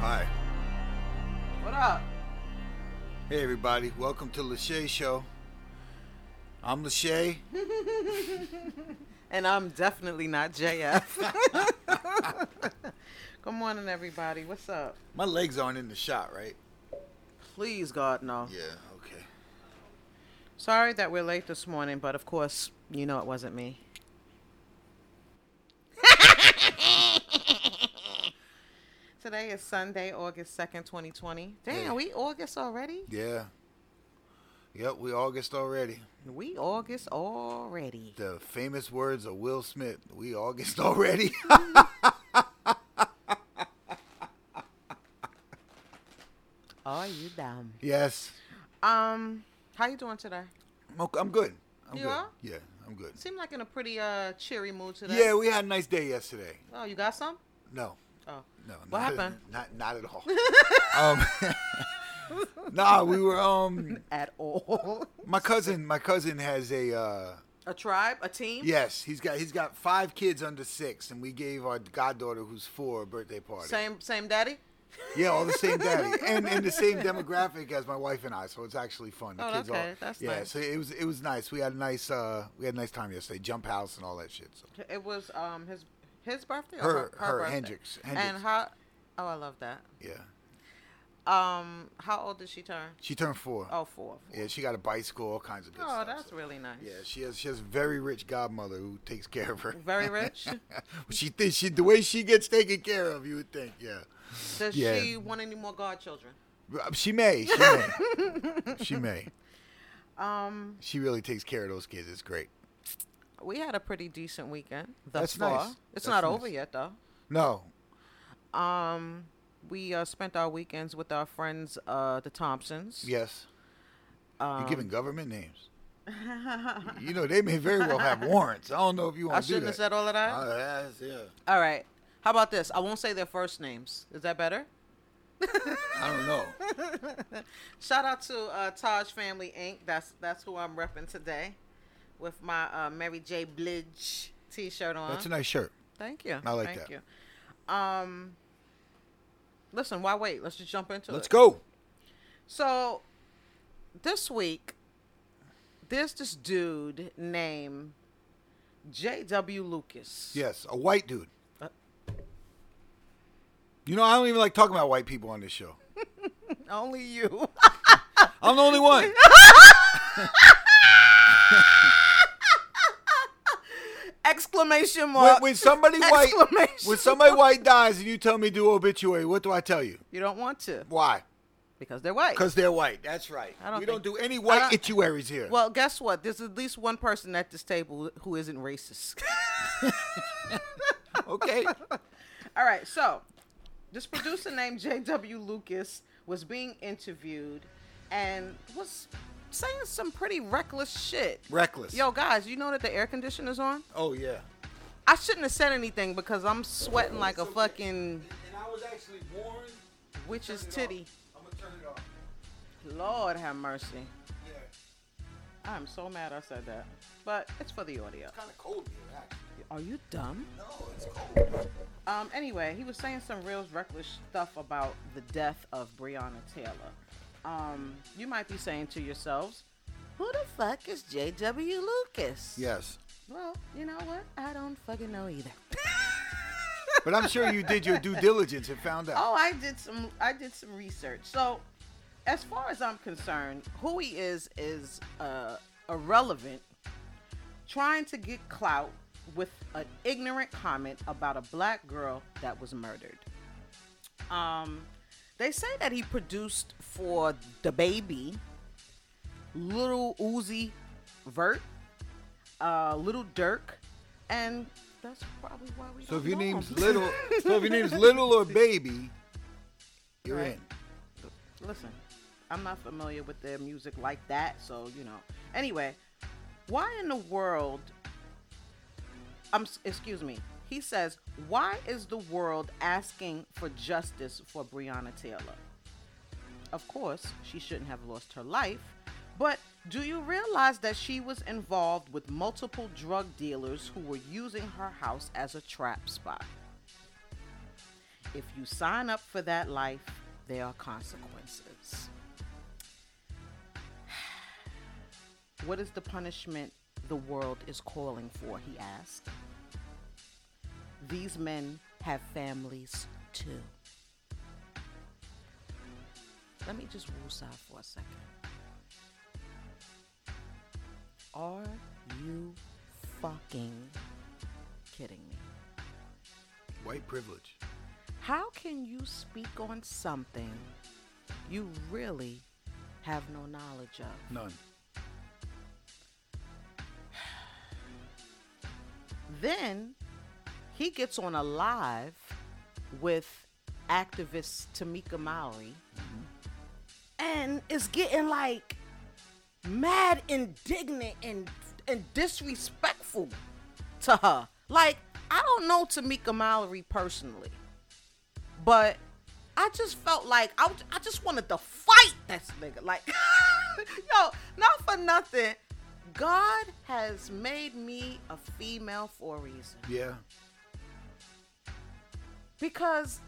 Hi. What up? Hey, everybody. Welcome to Lachey Show. I'm Lachey. And I'm definitely not JF. Good morning, everybody. What's up? My legs aren't in the shot, right? Please, God, no. Yeah, okay. Sorry that we're late this morning, but of course, you know it wasn't me. Today is Sunday, August 2nd, 2020. Damn, Yeah. we August already? Yeah. Yep, we August already. We August already. The famous words of Will Smith. We August already. Are you dumb? yes. Um, how you doing today? I'm ok- I'm good. I'm You good. are? Yeah, I'm good. Seem like in a pretty uh cheery mood today. Yeah, we had a nice day yesterday. Oh, you got some? No, Oh. no. What not, happened? Not, not at all. um, nah, we were. Um, At all. my cousin, my cousin has a. Uh, A tribe, a team. Yes, he's got he's got five kids under six, and we gave our goddaughter, who's four, a birthday party. Same, same daddy. Yeah, all the same daddy, and and the same demographic as my wife and I. So it's actually fun. The Oh, kids okay, all, that's yeah. nice. So it was it was nice. We had a nice uh we had a nice time yesterday. Jump house and all that shit. So It was um his his birthday. Or Her- her, her, birthday? Hendrix, And Hendrix. how? Oh, I love that. yeah, Um, how old did she turn? she turned four. Oh, four. Yeah, she got a bicycle, all kinds of good Oh, stuff. that's so. really nice. Yeah, she has she has a very rich godmother who takes care of her. Very rich. she thinks she the way she gets taken care of, you would think, yeah. Does Yeah. she want any more godchildren? Uh, She may, she may, she may. Um, She really takes care of those kids. It's great. we had a pretty decent weekend thus That's far. nice. It's That's not nice. over yet though. No, Um, we uh, spent our weekends with our friends, uh, the Thompsons. yes, Um, you're giving government names. you know they may very well have warrants. I don't know if you I want to do shouldn't that. have said all of that. Uh, that's- yeah. All right. How about this? I won't say their first names. Is that better? I don't know. Shout out to uh, Taj Family Inc. That's that's who I'm repping today, with my uh, Mary J. Blige T-shirt on. That's a nice shirt. Thank you. I like Thank that. you. Um, listen, why wait? Let's just jump into Let's it. go. So, this week, there's this dude named J.W. Lucas. Yes, a white dude. Uh. You know I don't even like talking about white people on this show. Only you. I'm the only one. Exclamation when, mark. when somebody white, Exclamation when somebody white dies, and you tell me do obituary, what do I tell you? You don't want to Why? because they're white. Because they're white. That's right. I don't we think- don't do any I white don't- obituaries here. Well, guess what? There's at least one person at this table who isn't racist. okay. All right, so this producer named J.W. Lucas was being interviewed and was saying some pretty reckless shit. Reckless. Yo, guys, you know that the air conditioner's on? Oh yeah. I shouldn't have said anything because I'm sweating like a fucking And I was actually warned. witch's titty. I'm gonna turn it off. Lord have mercy. Yeah, I'm so mad I said that. But it's for the audio. kind of cold here actually. Are you dumb? No, it's cold. Um, anyway, he was saying some real reckless stuff about the death of Breonna Taylor. Um, you might be saying to yourselves, who the fuck is J.W. Lucas? Yes, Well, you know what? I don't fucking know either. but I'm sure you did your due diligence and found out. oh, I did some I did some research. So, as far as I'm concerned, who he is is uh, irrelevant. Trying to get clout with an ignorant comment about a black girl that was murdered. Um, they say that he produced for the baby, Little Uzi Vert, uh, Little Dirk, and that's probably why we. So don't if your know name's him. little, so if your name's little or baby, you're Right. in. listen, I'm not familiar with their music like that, so you know. Anyway, why in the world? I'm s- excuse me. He says, why is the world asking for justice for Breonna Taylor? Of course, she shouldn't have lost her life, but do you realize that she was involved with multiple drug dealers who were using her house as a trap spot? If you sign up for that life, there are consequences. What is the punishment the world is calling for? He asked. These men have families too. Let me just woosah for a second. Are you fucking kidding me? White privilege. How can you speak on something you really have no knowledge of? None. Then he gets on a live with activist Tamika Maori and is getting like mad indignant and and disrespectful to her. Like, I don't know Tamika Mallory personally, but I just felt like I, w- I just wanted to fight this nigga. Like, yo, not for nothing. God has made me a female for a reason. Yeah. Because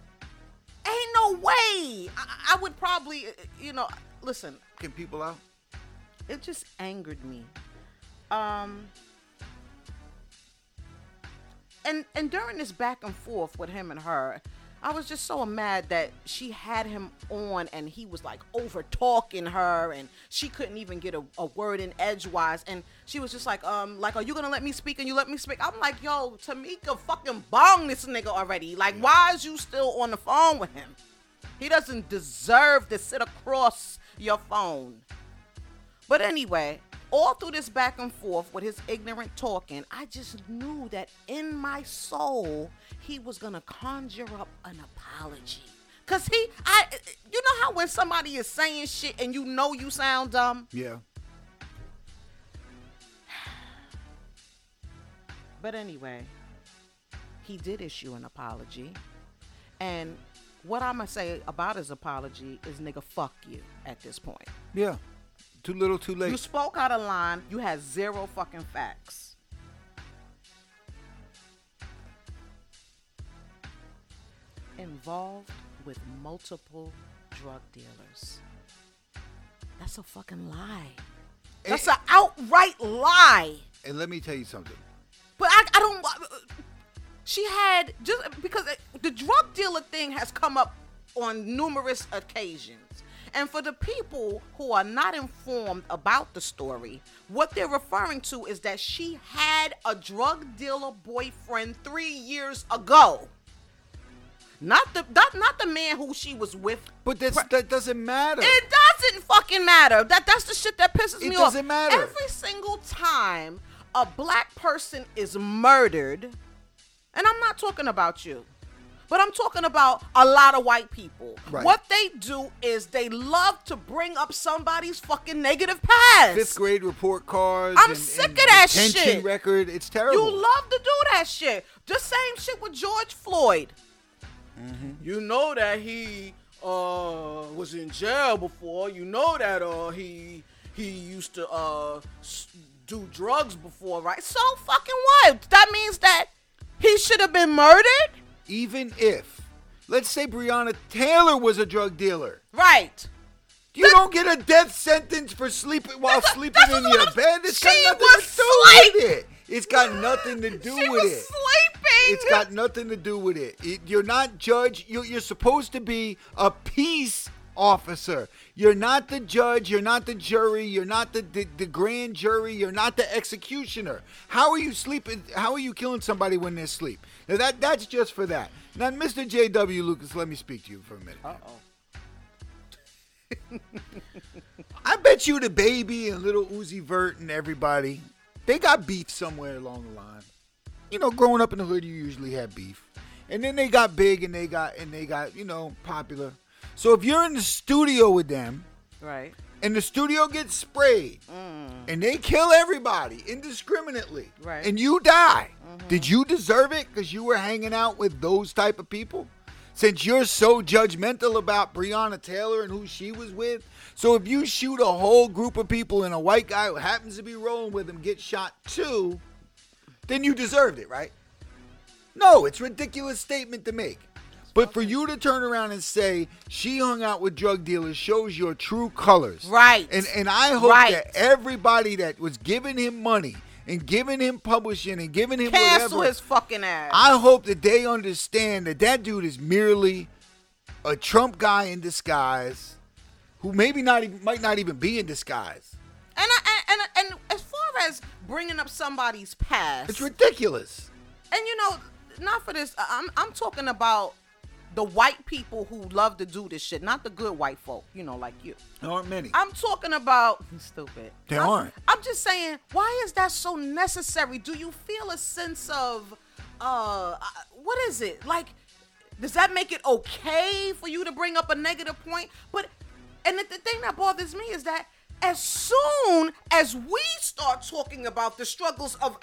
ain't no way I, I would probably, you know, listen, Can people out? it just angered me. Um and and during this back and forth with him and her, I was just so mad that she had him on and he was like over talking her and she couldn't even get a, a word in edgewise and she was just like, um, like, are you gonna let me speak and you let me speak? I'm like, yo, Tamika fucking bong this nigga already. Like, why is you still on the phone with him? He doesn't deserve to sit across your phone. But anyway, all through this back and forth with his ignorant talking, I just knew that in my soul he was gonna conjure up an apology. Cause he, I, you know how when somebody is saying shit and you know you sound dumb, Yeah. But anyway, he did issue an apology. And what I'm going to say about his apology is, nigga, fuck you at this point. Yeah. Too little, too You late. spoke out of line. You had zero fucking facts. Involved with multiple drug dealers. That's a fucking lie. That's an outright lie. and let me tell you something. But I, I don't. She had just because the drug dealer thing has come up on numerous occasions. And for the people who are not informed about the story, what they're referring to is that she had a drug dealer boyfriend three years ago. Not the not, not the man who she was with. But that's, that doesn't matter. It doesn't fucking matter. That that's the shit that pisses It me off. doesn't matter. Every single time a black person is murdered, and I'm not talking about you, but I'm talking about a lot of white people. Right. What they do is they love to bring up somebody's fucking negative past. Fifth grade report cards. I'm and- sick and of that detention shit. record. It's terrible. You love to do that shit. The same shit with George Floyd. Mm-hmm. You know that he uh was in jail before. You know that uh he he used to uh s- do drugs before, right? So fucking what? That means that he should have been murdered, Even if, let's say Breonna Taylor was a drug dealer. right? You don't get a death sentence for sleeping while That's- sleeping that's in what your I'm- bed. It's got she nothing was to do with sleep- it. It's got nothing to do she with was it. sleeping. It's got nothing to do with it. It- you're not judge. You're, you're supposed to be a peace officer. You're not the judge. You're not the jury. You're not the, the, the grand jury. You're not the executioner. How are you sleeping? How are you killing somebody when they're asleep? Now that that's just for that. Now, Mr. J.W. Lucas, let me speak to you for a minute. oh. I bet you the baby and little Uzi Vert and everybody They got beef somewhere along the line. You know, growing up in the hood, you usually had beef, and then they got big and they got and they got you know popular. So if you're in the studio with them Right. and the studio gets sprayed and they kill everybody indiscriminately, Right. and you die, did you deserve it because you were hanging out with those type of people? Since you're so judgmental about Breonna Taylor and who she was with, so if you shoot a whole group of people and a white guy who happens to be rolling with him gets shot too, then you deserved it, right? No, it's a ridiculous statement to make. But for you to turn around and say she hung out with drug dealers shows your true colors. Right. And and I hope Right. that everybody that was giving him money and giving him publishing and giving him Cancel whatever his fucking ass. I hope that they understand that that dude is merely a Trump guy in disguise who maybe not even, might not even be in disguise. and, I, and and and as far as bringing up somebody's past, It's ridiculous. and you know, not for this. I- I'm I'm talking about the white people who love to do this shit, not the good white folk. You know, like you. There aren't many. I'm talking about stupid. They I'm, aren't. I'm just saying, why is that so necessary? Do you feel a sense of uh uh, what is it? Like does that make it okay for you to bring up a negative point? But and the, the thing that bothers me is that as soon as we start talking about the struggles of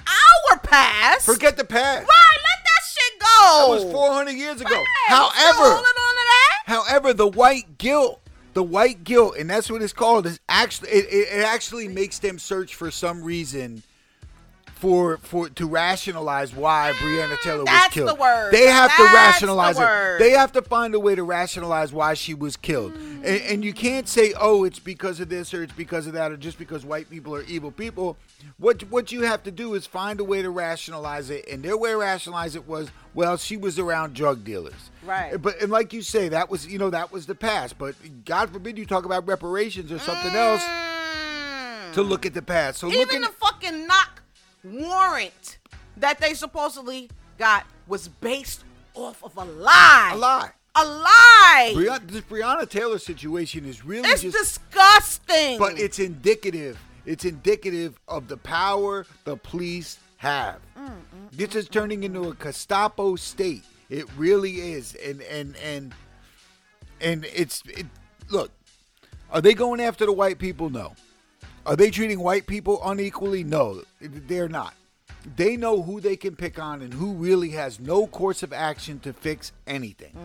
our past, Forget the past. right, let that shit That go. was 400 years ago. Right, you still However, holding on to that? However, the white guilt, the white guilt, and that's what it's called, is actually it, it, it actually makes them search for some reason for for to rationalize why Breonna Taylor Mm, that's was killed. the word. They have That's to rationalize the word. Mm. it. They have to find a way to rationalize why she was killed. And, and you can't say, "Oh, it's because of this or it's because of that or just because white people are evil people." What what you have to do is find a way to rationalize it. And their way to rationalize it was, "Well, she was around drug dealers." Right. But and like you say, that was you know that was the past. But God forbid you talk about reparations or something else Mm. to look at the past. So Even looking the fucking knock warrant that they supposedly got was based off of a lie. a lie. A lie. Breonna, this Breonna Taylor situation is really it's just disgusting. but it's indicative. It's indicative of the power the police have. Mm, This is turning into a Gestapo state. It really is, and and and and it's it, look. Are they going after the white people? No. Are they treating white people unequally? No, they're not. They know who they can pick on and who really has no course of action to fix anything.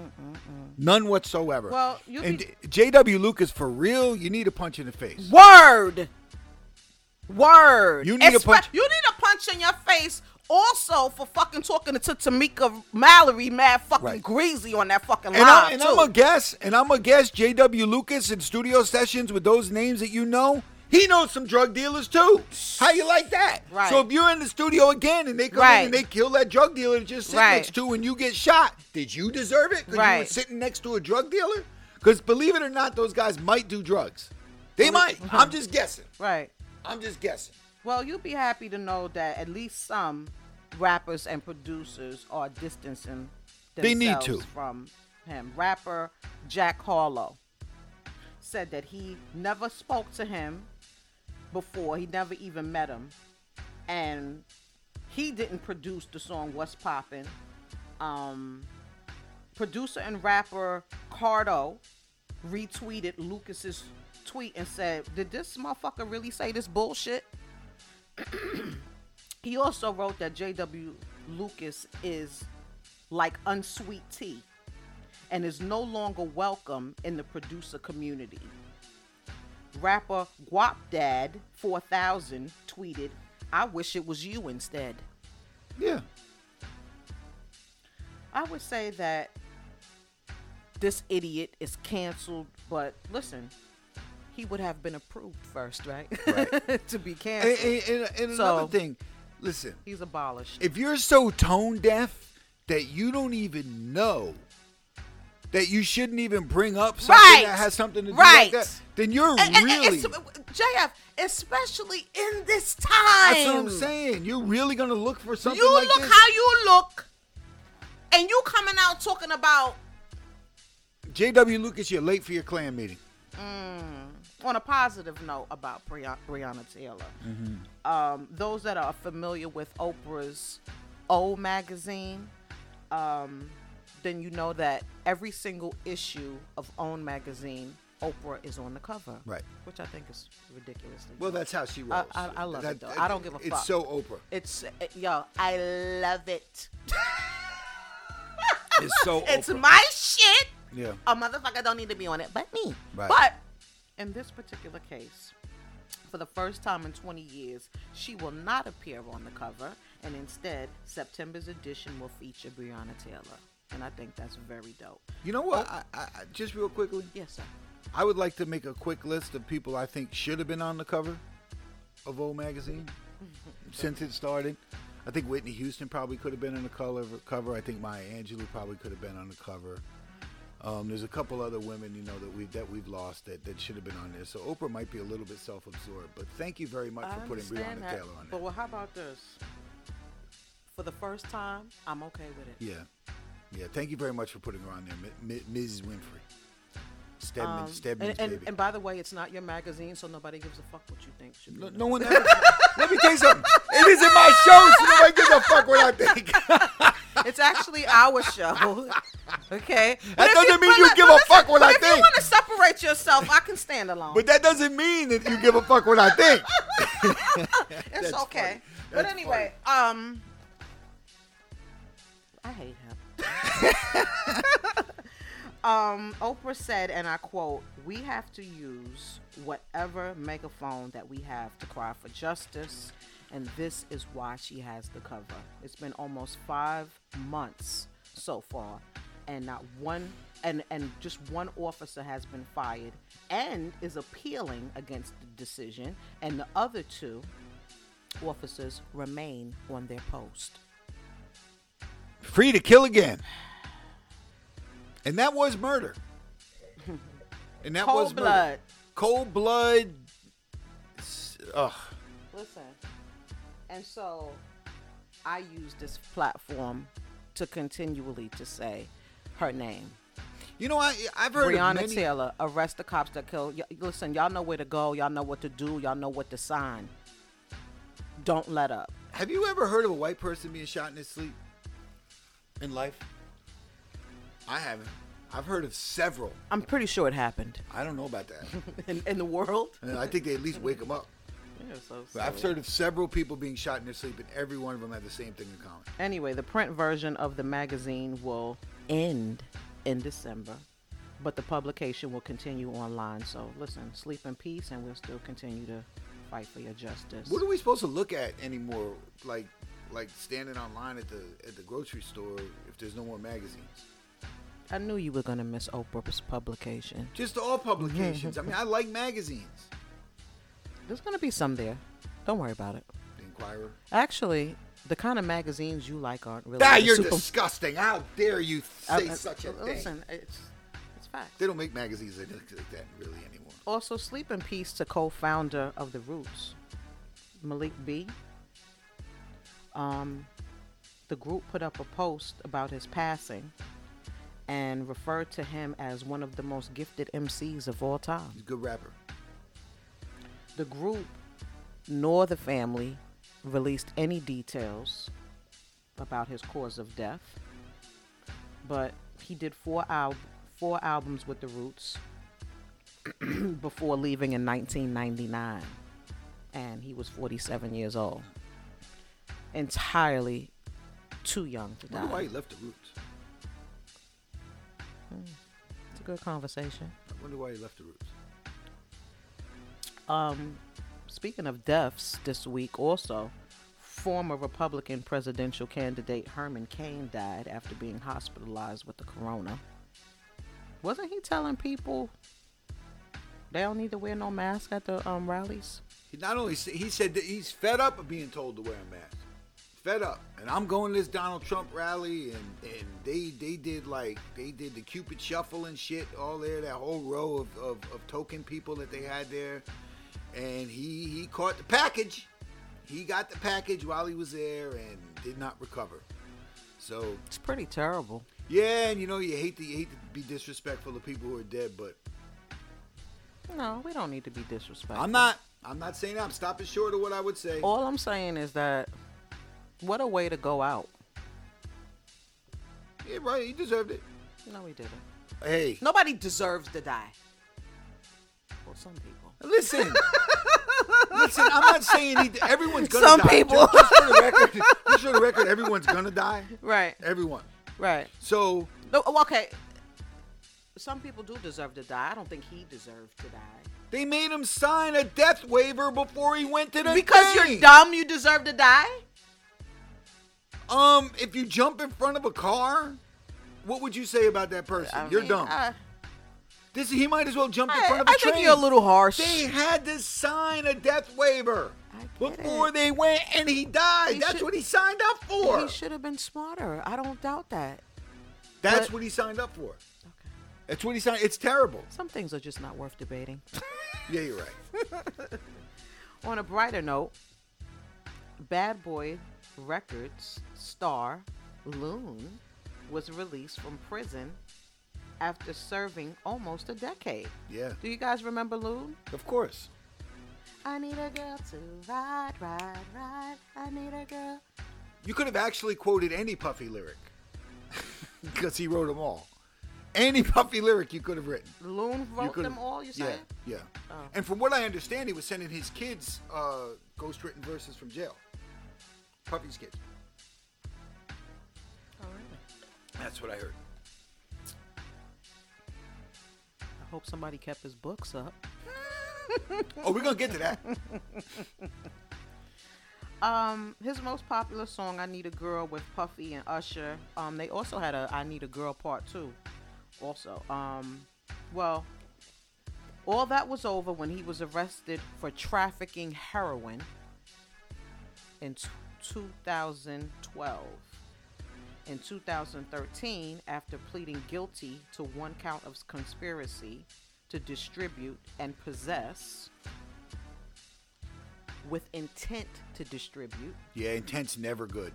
None whatsoever. Mm, Well, you and be- J.W. Lucas, for real, you need a punch in the face. word. Word. You need a Espe- punch- You need a punch in your face. Also for fucking talking to Tamika Mallory, mad fucking Right. greasy on that fucking And, live I, and too. I'm going to guess, and I'm going to guess J.W. Lucas in studio sessions with those names that you know, he knows some drug dealers too. How you like that? Right. So if you're in the studio again and they come Right. in and they kill that drug dealer that just sitting Right. next to and you get shot, did you deserve it? Because you were Right. sitting next to a drug dealer? Because believe it or not, those guys might do drugs. They might. uh-huh. I'm just guessing. right. I'm just guessing. Well, you'll be happy to know that at least some rappers and producers are distancing They need themselves to. from him. Rapper Jack Harlow said that he never spoke to him before. He never even met him, and he didn't produce the song "What's Poppin'." Um, producer and rapper Cardo retweeted Lucas's tweet and said, "Did this motherfucker really say this bullshit?" he also wrote that J.W. Lucas is like unsweet tea and is no longer welcome in the producer community. Rapper Guapdad4000 tweeted, I wish it was you instead. Yeah. I would say that this idiot is canceled, but listen, he would have been approved first, right? to be And, canceled. and, and, and So- another thing, listen. He's abolished. if you're so tone deaf that you don't even know that you shouldn't even bring up something Right. that has something to do Right. like that, then you're And- and- and really it's- JF, especially in this time. that's what I'm saying. You're really gonna look for something You like look this. how you look, and you coming out talking about J.W. Lucas, you're late for your clan meeting. on a positive note about Breonna, Breonna Taylor, um, those that are familiar with Oprah's O magazine, um, then you know that every single issue of Own magazine, Oprah is on the cover. Right. Which I think is ridiculously. Well, dumb. that's how she I- rolls. I- I love it, though. I don't give a it's fuck. It's so Oprah. It's yo, I love it. It's so It's Oprah. my shit. yeah. A motherfucker don't need to be on it, but me. Right. But in this particular case, for the first time in 20 years, she will not appear on the cover, and instead, September's edition will feature Breonna Taylor, and I think that's very dope. You know what? I, I, I- just real quickly, Yes, sir. I would like to make a quick list of people I think should have been on the cover of Old Magazine since it started. I think Whitney Houston probably could have been on the color cover. I think Maya Angelou probably could have been on the cover. Um, there's a couple other women you know that we that we've lost that, that should have been on there. So Oprah might be a little bit self-absorbed, but thank you very much for putting Breonna Taylor on But there. well, how about this? For the first time, I'm okay with it. Yeah, yeah. Thank you very much for putting her on there, M- M- Ms. Winfrey. Stedman, Um, Stedman's and, and, baby. and by the way, it's not your magazine, so nobody gives a fuck what you think. Should be No, in it. no one ever. Let me tell you something. It isn't my show, so nobody gives a fuck what I think. It's actually our show. Okay. But That if doesn't mean but you look- give but a fuck what but I if think. you want to separate yourself, I can stand alone. But that doesn't mean that you give a fuck what I think. it's that's okay. funny. But That's anyway, um, I hate him. um, Oprah said, and I quote, "We have to use whatever megaphone that we have to cry for justice." And this is why she has the cover. It's been almost five months so far, and not one, and and just one officer has been fired, and is appealing against the decision, and the other two officers remain on their post. Free to kill again. And that was murder. And that Cold was murder. blood. Cold blood. s- Ugh. Listen. And so I use this platform to continually to say her name. You know, I I've heard Breonna of many. Taylor, arrest the cops that killed. Y- listen, y'all know where to go. Y'all know what to do. Y'all know what to sign. Don't let up. Have you ever heard of a white person being shot in his sleep? In life? I haven't. I've heard of several. I'm pretty sure it happened I don't know about that. in, in the world. And I think they at least wake him up. But I've heard of several people being shot in their sleep, and every one of them had the same thing in common. Anyway, the print version of the magazine will end in December, but the publication will continue online. So listen, sleep in peace, and we'll still continue to fight for your justice. What are we supposed to look at anymore? Like, like standing online at the at the grocery store if there's no more magazines. I knew you were gonna miss Oprah's publication. Just all publications. I mean, I like magazines. There's gonna be some there. Don't worry about it. The Inquirer. Actually, the kind of magazines you like aren't really. Ah, the you're super- disgusting. How dare you I- say I- such a thing? Listen, it's it's facts. They don't make magazines that look like that really anymore. Also, sleep in peace to co-founder of the Roots, Malik B. Um, the group put up a post about his passing and referred to him as one of the most gifted MCs of all time. He's a good rapper. The group nor the family released any details about his cause of death, but he did four al- four albums with the Roots before leaving in 1999, and he was 47 years old. Entirely too young to I wonder why die. he left the Roots. It's a good conversation. I wonder why he left the Roots. Um, speaking of deaths this week, also, former Republican presidential candidate Herman Cain died after being hospitalized with the corona. Wasn't he telling people they don't need to wear no mask at the um, rallies? He not only said, he said that he's fed up of being told to wear a mask. Fed up, and I'm going to this Donald Trump rally, and and they they did like they did the Cupid shuffle and shit all there. That whole row of, of, of token people that they had there, and he he caught the package. He got the package while he was there and did not recover. So It's pretty terrible. yeah, and you know you hate to you hate to be disrespectful to people who are dead, but No, we don't need to be disrespectful. I'm not. I'm not saying that. I'm stopping short of what I would say. All I'm saying is that what a way to go out. Yeah, right. He deserved it. No, he didn't. Hey, Nobody deserves to die. Well, some people. listen. listen. I'm not saying he, everyone's gonna Some die. people. Just, just for the record. Just for the record, everyone's gonna die. Right. Everyone. Right. So No, oh, okay. Some people do deserve to die. I don't think he deserved to die. they made him sign a death waiver before he went to the Because thing. you're dumb, you deserve to die. Um, if you jump in front of a car, what would you say about that person? I you're mean, uh, dumb. I, this he might as well jump in front I, of a I train. think you're a little harsh. They had to sign a death waiver I get before it. they went, and he died. He That's should- what he signed up for. He should have been smarter. I don't doubt that. That's but- what he signed up for. Okay. That's what he signed. It's terrible. Some things are just not worth debating. Yeah, you're right. On a brighter note, Bad Boy Records star Loon was released from prison after serving almost a decade. Yeah, Do you guys remember Loon? of course. I need a girl to ride, ride, ride. I need a girl. You could have actually quoted any Puffy lyric because he wrote them all. Any Puffy lyric you could have written. Loon wrote could them have- all, you yeah, saying? Yeah. Oh. And from what I understand, he was sending his kids uh, ghostwritten verses from jail. Puppy's kids. Oh, really? That's what I heard. I hope somebody kept his books up. Oh, we're gonna get to that. Um, his most popular song, "I Need a Girl," with Puffy and Usher. Um, they also had a "I Need a Girl" part two. Also, um, well, all that was over when he was arrested for trafficking heroin in t- 2012. In 2013, after pleading guilty to one count of conspiracy to distribute and possess with intent to distribute yeah, intent's never good.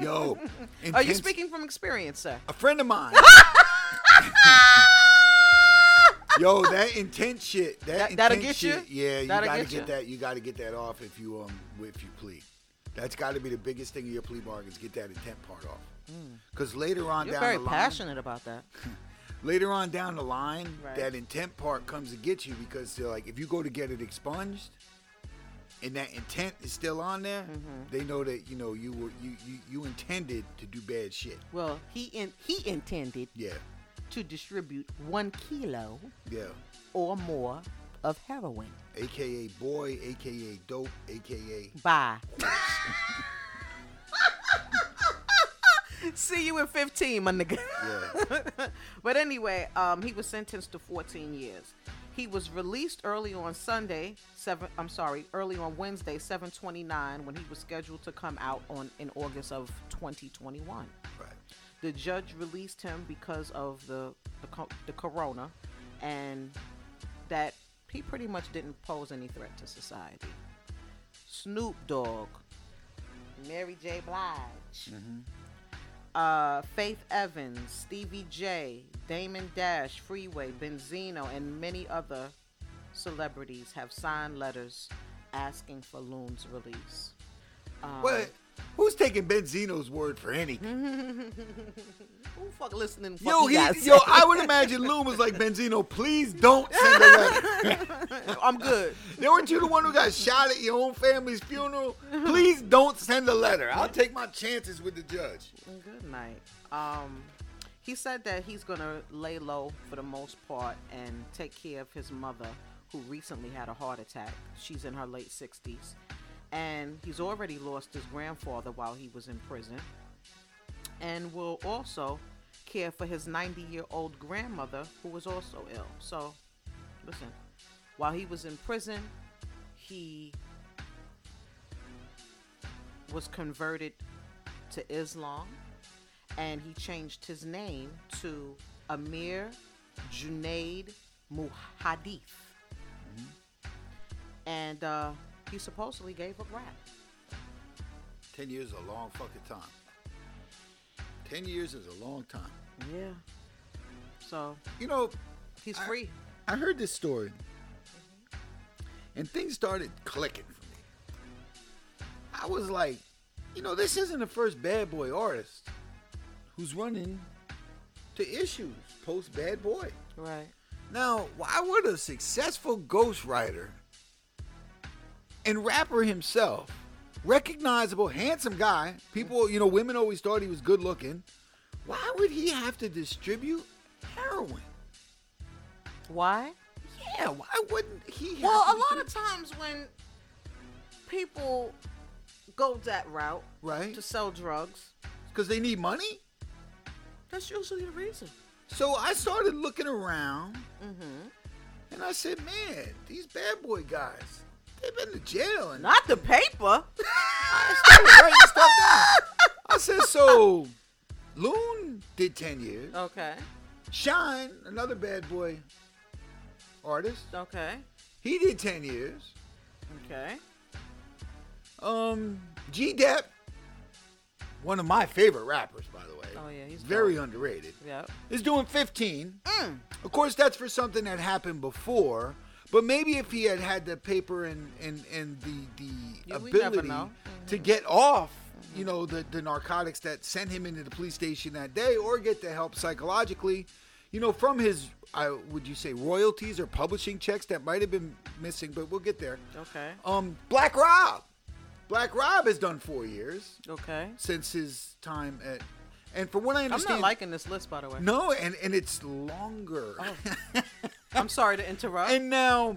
Yo, Are you intent's- speaking from experience, sir? A friend of mine. Yo, that intense shit. That, That- that'll intense get you? shit, Yeah, you That'll gotta get get, you. that. You gotta get that off if you um if you plea. That's got to be the biggest thing of your plea bargains. Get that intent part off. Because later Hmm. on You're down very the line, passionate about that. later on down the line, Right. that intent part comes to get you because they're like, if you go to get it expunged, and that intent is still on there, Mm-hmm. they know that you know you were you, you you intended to do bad shit. Well, he in, he intended Yeah, to distribute one kilo yeah. or more of heroin. AKA boy, AKA dope, AKA Bye. See you in 15, my nigga. yeah. but anyway, um, he was sentenced to 14 years. He was released early on Sunday, seven. I'm sorry, early on Wednesday, 7:29, when he was scheduled to come out on in August of 2021. right. the judge released him because of the the, co- the corona and that he pretty much didn't pose any threat to society snoop dogg mary j blige Mm-hmm. uh, faith evans stevie j damon dash freeway benzino and many other celebrities have signed letters asking for loon's release um, But who's taking Benzino's word for anything? who fuck listening? Fuck Mm-hmm. you Yo, he, guys? yo, I would imagine Loom was like Benzino. Please don't send a letter. I'm good. They weren't you the one who got shot at your own family's funeral? Please don't send a letter. I'll take my chances with the judge. Good night. Um, he said that he's gonna lay low for the most part and take care of his mother, who recently had a heart attack. She's in her late sixties, and he's already lost his grandfather while he was in prison, and will also care for his ninety-year-old grandmother, who was also ill. So, listen, while he was in prison, he was converted to Islam and he changed his name to Amir Junaid Muhadith. Mm-hmm. And uh, he supposedly gave up rap. Ten years is a long fucking time. Ten years is a long time. Yeah. So You know, he's I- free. I heard this story, and things started clicking for me. I was like, you know, this isn't the first bad boy artist who's running to issues post bad boy. Right. Now, why would a successful ghostwriter and rapper himself, recognizable, handsome guy, people, you know, women always thought he was good looking, why would he have to distribute heroin? Why? Yeah, why wouldn't he have Well, to a lot distribute- of times when people go that route Right? to sell drugs, Because they need money? that's usually the reason. So I started looking around Mm-hmm. and I said, man, these bad boy guys, they've been to jail and Not the paper. I started writing stuff down. I said, so Loon did 10 years. Uh. Okay. Shine, another bad boy artist, Okay. he did 10 years. Okay. Um, G Dep, one of my favorite rappers, by the way. Oh, yeah, he's very dope. underrated. Yep. Is doing 15. Mm. Of course, that's for something that happened before. But maybe if he had had the paper and and, and the the Yeah, we never ability know. to get off, you know, the the narcotics that sent him into the police station that day, or get the help psychologically, you know, from his I would you say royalties or publishing checks that might have been missing, but we'll get there. Okay. Um, Black Rob, Black Rob has done four years Okay. since his time at, and from what I I'm understand, not liking this list, by the way. no, and and it's longer. Oh. I'm sorry to interrupt. And now,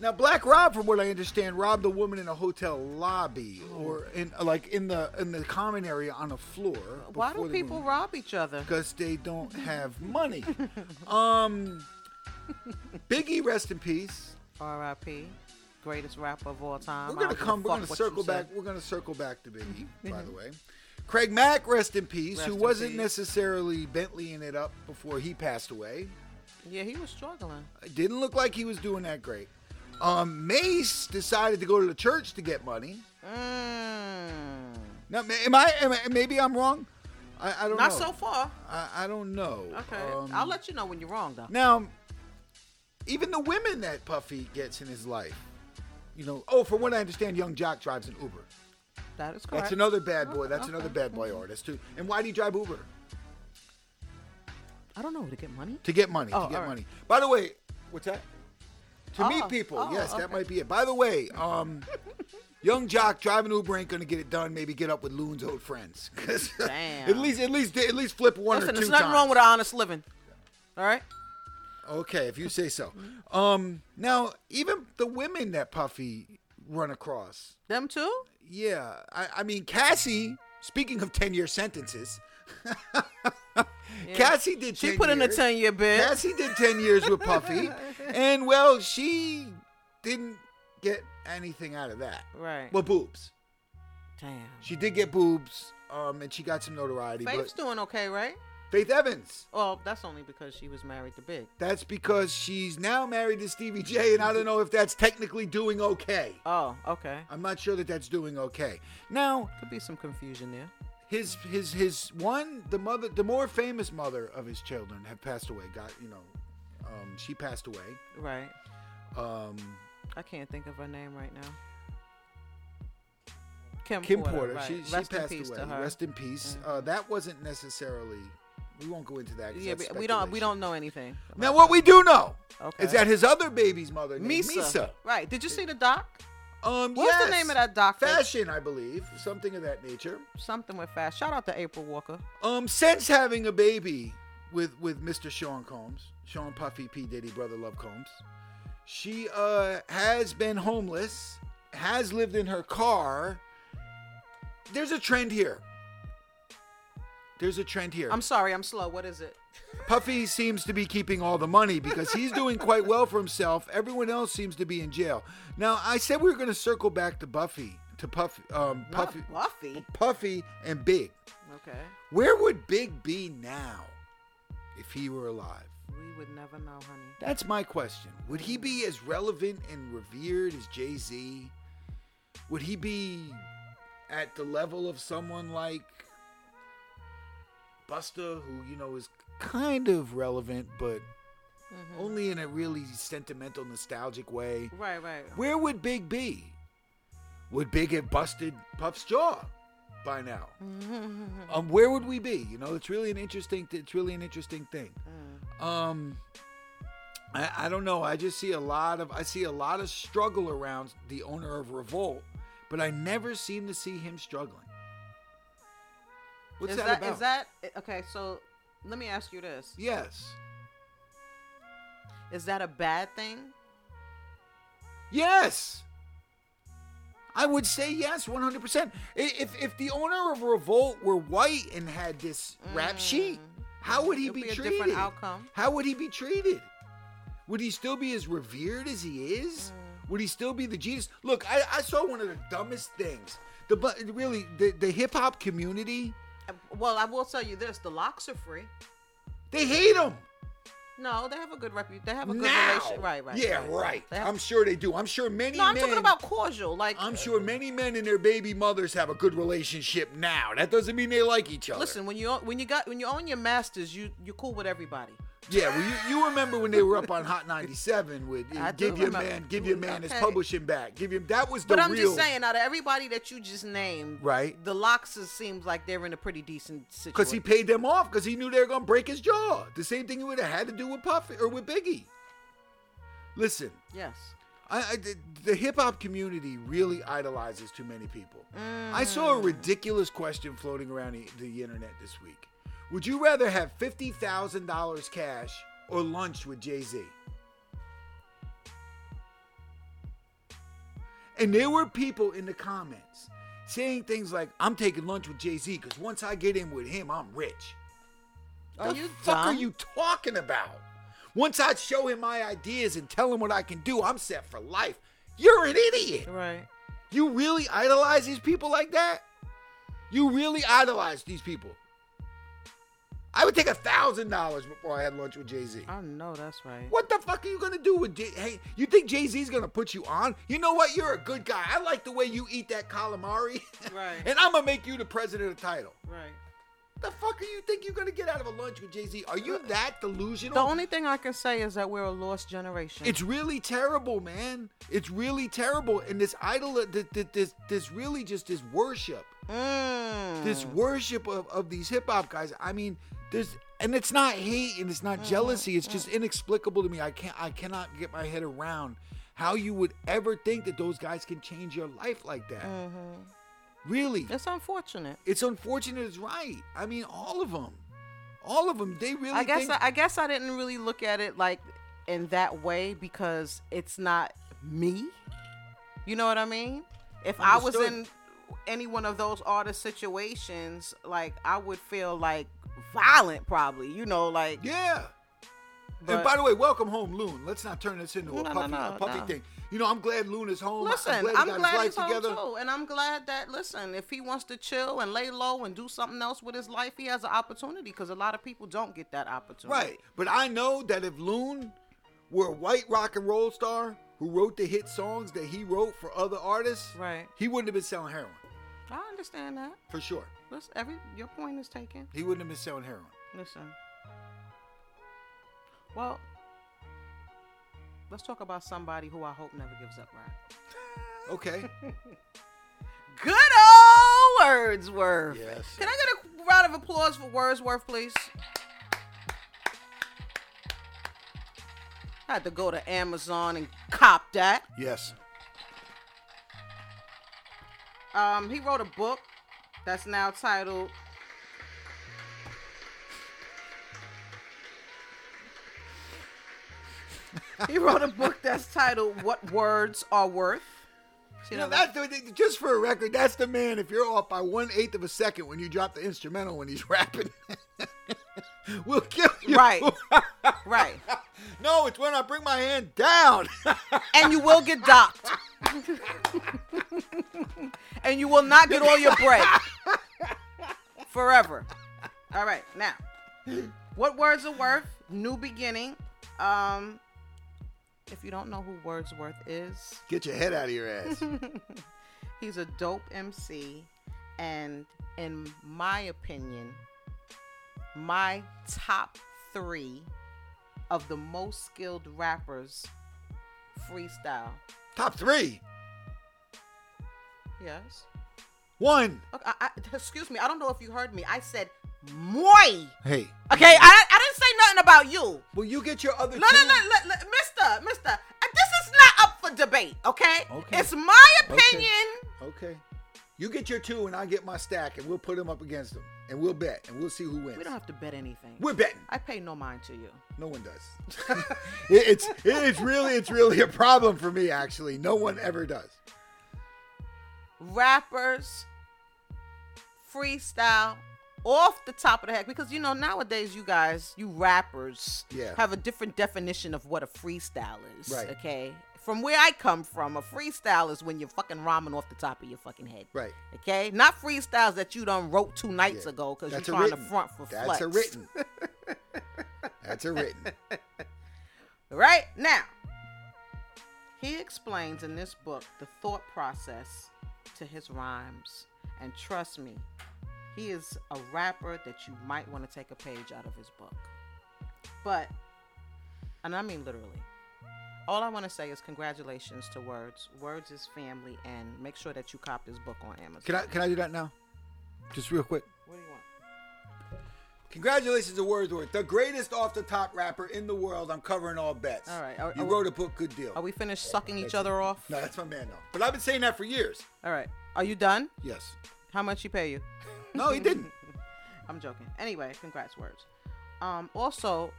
now Black Rob, from what I understand, robbed a woman in a hotel lobby Oh. or in like in the in the common area on the floor. Why do people rob each other? Because they don't have money. um, Biggie, rest in peace. R.I.P. Greatest rapper of all time. We're gonna I don't give a come. fuck We're gonna what you circle say. back. We're gonna circle back to Biggie, by the way. Craig Mack, rest in peace, Rest who in wasn't peace. necessarily Bentleying it up before he passed away. Yeah, he was struggling. It didn't look like he was doing that great. Um, Mace decided to go to the church to get money. Mm. Now, ma- am I? Am I maybe I'm wrong. I, I don't Not know. so far. I, I don't know. Okay. Um, I'll let you know when you're wrong, though. now. Even the women that Puffy gets in his life, you know. Oh, from what I understand, Young Jock drives an Uber. That is correct. That's another bad boy. Okay, That's okay, another bad boy artist too. And why do you drive Uber? I don't know to get money. To get money. Oh, to get all right. money. By the way, what's that? To meet Oh, people. oh, yes, that okay. might be it. By the way, um, young jock driving Uber ain't gonna get it done. Maybe get up with Loon's old friends. 'Cause Damn. at least, at least, at least flip one or Listen, two there's nothing times. wrong with honest living. All right. Okay, if you say so. Um, now even the women that Puffy run across. Them too. Yeah, I, I mean Cassie. Speaking of ten-year sentences, Cassie did. She 10 put in a years. ten year bid. Cassie did 10 years with Puffy. And, well, she didn't get anything out of that. Right. Well, boobs. Damn. She did get boobs, um, and she got some notoriety. Faith's but doing okay, right? Faith Evans. Well, that's only because she was married to Big. That's because she's now married to Stevie J, and I don't know if that's technically doing okay. Oh, okay. I'm not sure that that's doing okay. Now, Could be some confusion there. his his his one the mother the more famous mother of his children have passed away. Got you know, um, she passed away. Right. Um, I can't think of her name right now. Kim, Kim Porter. Porter, right. she, she Rest in passed peace away. to her. Mm-hmm. Rest in peace. Uh, that wasn't necessarily. We won't go into that. 'cause yeah, that's but we don't we speculation. don't know anything. Now, what we do know Okay. is that his other baby's mother, named Misa. Misa. Right. Did you see the doc? Um, What's the yes. name of that doctor? Fashion, I believe, something of that nature. Something with fast. Shout out to April Walker. Um, since having a baby with with Mr. Sean Combs, Sean Puffy P Diddy, brother Love Combs, she uh has been homeless, has lived in her car. There's a trend here. There's a trend here. I'm sorry, I'm slow. What is it? Puffy seems to be keeping all the money because he's doing quite well for himself. Everyone else seems to be in jail. Now, I said we were going to circle back to Buffy, to Puffy, um, Not Puffy, Buffy. Puffy, and Big. Okay. Where would Big be now if he were alive? We would never know, honey. That's my question. Would he be as relevant and revered as Jay Z? Would he be at the level of someone like Busta, who, you know, is kind of relevant, but only in a really sentimental, nostalgic way. Right, right. Where would Big be? Would Big have busted Puff's jaw by now? um, where would we be? You know, it's really an interesting. It's really an interesting thing. Mm. Um, I, I don't know. I just see a lot of. I see a lot of struggle around the owner of Revolt, but I never seem to see him struggling. What's is that, that about? is that okay? So let me ask you this: Yes. Is that a bad thing? Yes. I would say yes, 100%. I- If if the owner of Revolt were white and had this rap sheet, how would he Mm. It'd be, be a treated? different outcome. How would he be treated? Would he still be as revered as he is? Mm. Would he still be the Jesus? Look, I, I saw one of the dumbest things. The bu- really the, the hip hop community, Uh, Well, I will tell you this: the locks are free. they hate him. No, they have a good reputation. They have a good now. relation. Right, right. Yeah, right. They have- I'm sure they do. I'm sure many no, I'm men talking about cordial. Like, I'm sure many men and their baby mothers have a good relationship now. That doesn't mean they like each other. listen, when you own- when you got when you own your masters, you you're cool with everybody. yeah, well, you, you remember when they were up on Hot 97 with I do give your remember. man, give your man his Okay. publishing back, give him. That was the But I'm real. just saying, out of everybody that you just named, Right. The Loxas seems like they're in a pretty decent situation. Because he paid them off because he knew they were going to break his jaw. The same thing he would have had to do with Puffy or with Biggie. Listen, yes, I, I- the, the hip hop community really idolizes too many people. I saw a ridiculous question floating around the, the internet this week. Would you rather have fifty thousand dollars cash or lunch with Jay Z? And there were people in the comments saying things like, "I'm taking lunch with Jay Z because once I get in with him, I'm rich." Are the you fuck are dumb? you talking about? Once I show him my ideas and tell him what I can do, I'm set for life. You're an idiot. right. You really idolize these people like that? You really idolize these people. I would take a thousand dollars before I had lunch with Jay Z. I know that's right. What the fuck are you gonna do with Jay? Hey, you think Jay Z's gonna put you on? You know what? You're a good guy. I like the way you eat that calamari. Right. and I'm gonna make you the president of title. Right. The fuck are you think you're gonna get out of a lunch with Jay Z? Are you that delusional? Uh, The only thing I can say is that we're a lost generation. It's really terrible, man. It's really terrible. And this idol, uh, th- th- this this really just this worship, Mm. this worship of, of these hip hop guys. I mean, there's and it's not hate and it's Mm-hmm, not jealousy. mm. It's just inexplicable to me. I can't I cannot get my head around how you would ever think that those guys can change your life like that. Really, Mm-hmm. It's unfortunate. it's unfortunate. It's right. I mean, all of them, all of them. They really. I guess think- I, I guess I didn't really look at it like in that way because it's not me. You know what I mean? If I was in Understood. any one of those artist situations, like I would feel like violent, probably. You know, like Yeah. and But- by the way, welcome home, Loon. Let's not turn this into a No, no, puppy, no, a puppy no. thing. You know, I'm glad Loon is home. Listen, I'm glad he I'm got glad his he's life home together. too, and I'm glad that listen, if he wants to chill and lay low and do something else with his life, he has an opportunity because a lot of people don't get that opportunity. Right. But I know that if Loon were a white rock and roll star who wrote the hit songs that he wrote for other artists, Right. he wouldn't have been selling heroin. I understand that. For sure. Listen, every your point is taken. He wouldn't have been selling heroin. Listen. Well, let's talk about somebody who I hope never gives up rap. Okay. Good old Wordsworth. Yes. Can I get a round of applause for Wordsworth, please? I had to go to Amazon and cop that. yes. Um, he wrote a book that's now titled He wrote a book that's titled What Words Are Worth. See You know, that- that's the, just for a record, that's the man. If you're off by one eighth of a second when you drop the instrumental when he's rapping, we'll kill you. Right. right. No, it's when I bring my hand down. And you will get docked. and you will not get all your bread. Forever. All right, now. What words are worth? New beginning. Um if you don't know who Wordsworth is, Get your head out of your ass. He's a dope MC, and in my opinion, my top three of the most skilled rappers freestyle. Top three. Yes. One. Okay, I, I, excuse me. I don't know if you heard me. I said moi. Hey. Okay. I, I didn't say nothing about you. Will you get your other No, no, two? no, no, no, Mister, Mister. uh, This is not up for debate. Okay. Okay. It's my Okay. opinion. Okay. You get your two and I get my stack and we'll put them up against them. And we'll bet and we'll see who wins. We don't have to bet anything. We're betting. I pay no mind to you. No one does. It- it's it's really it's really a problem for me actually. No one ever does. Rappers, freestyle, off the top of the head, because you know nowadays you guys, you rappers, Yeah. have a different definition of what a freestyle is. Right. Okay. From where I come from, a freestyle is when you're fucking rhyming off the top of your fucking head. Right. Okay, not freestyles that you done wrote two nights Yeah. ago because you're That's a trying to written. front for That's flex. a written. That's a written. Right now, he explains in this book the thought process to his rhymes, and trust me, he is a rapper that you might want to take a page out of his book. But, and I mean literally. All I want to say is congratulations to Words. Words is family, and make sure that you cop this book on Amazon. Can I can I do that now? Just real quick. What do you want? Congratulations to Wordsworth, the greatest off the top rapper in the world. I'm covering all bets. All right, are- you are- wrote a book, good deal. Are we finished sucking each That's- other off? No, that's my man though. But I've been saying that for years. All right. Are you done? Yes. How much he pay you? No, he didn't. I'm joking. Anyway, congrats, words. Um, also,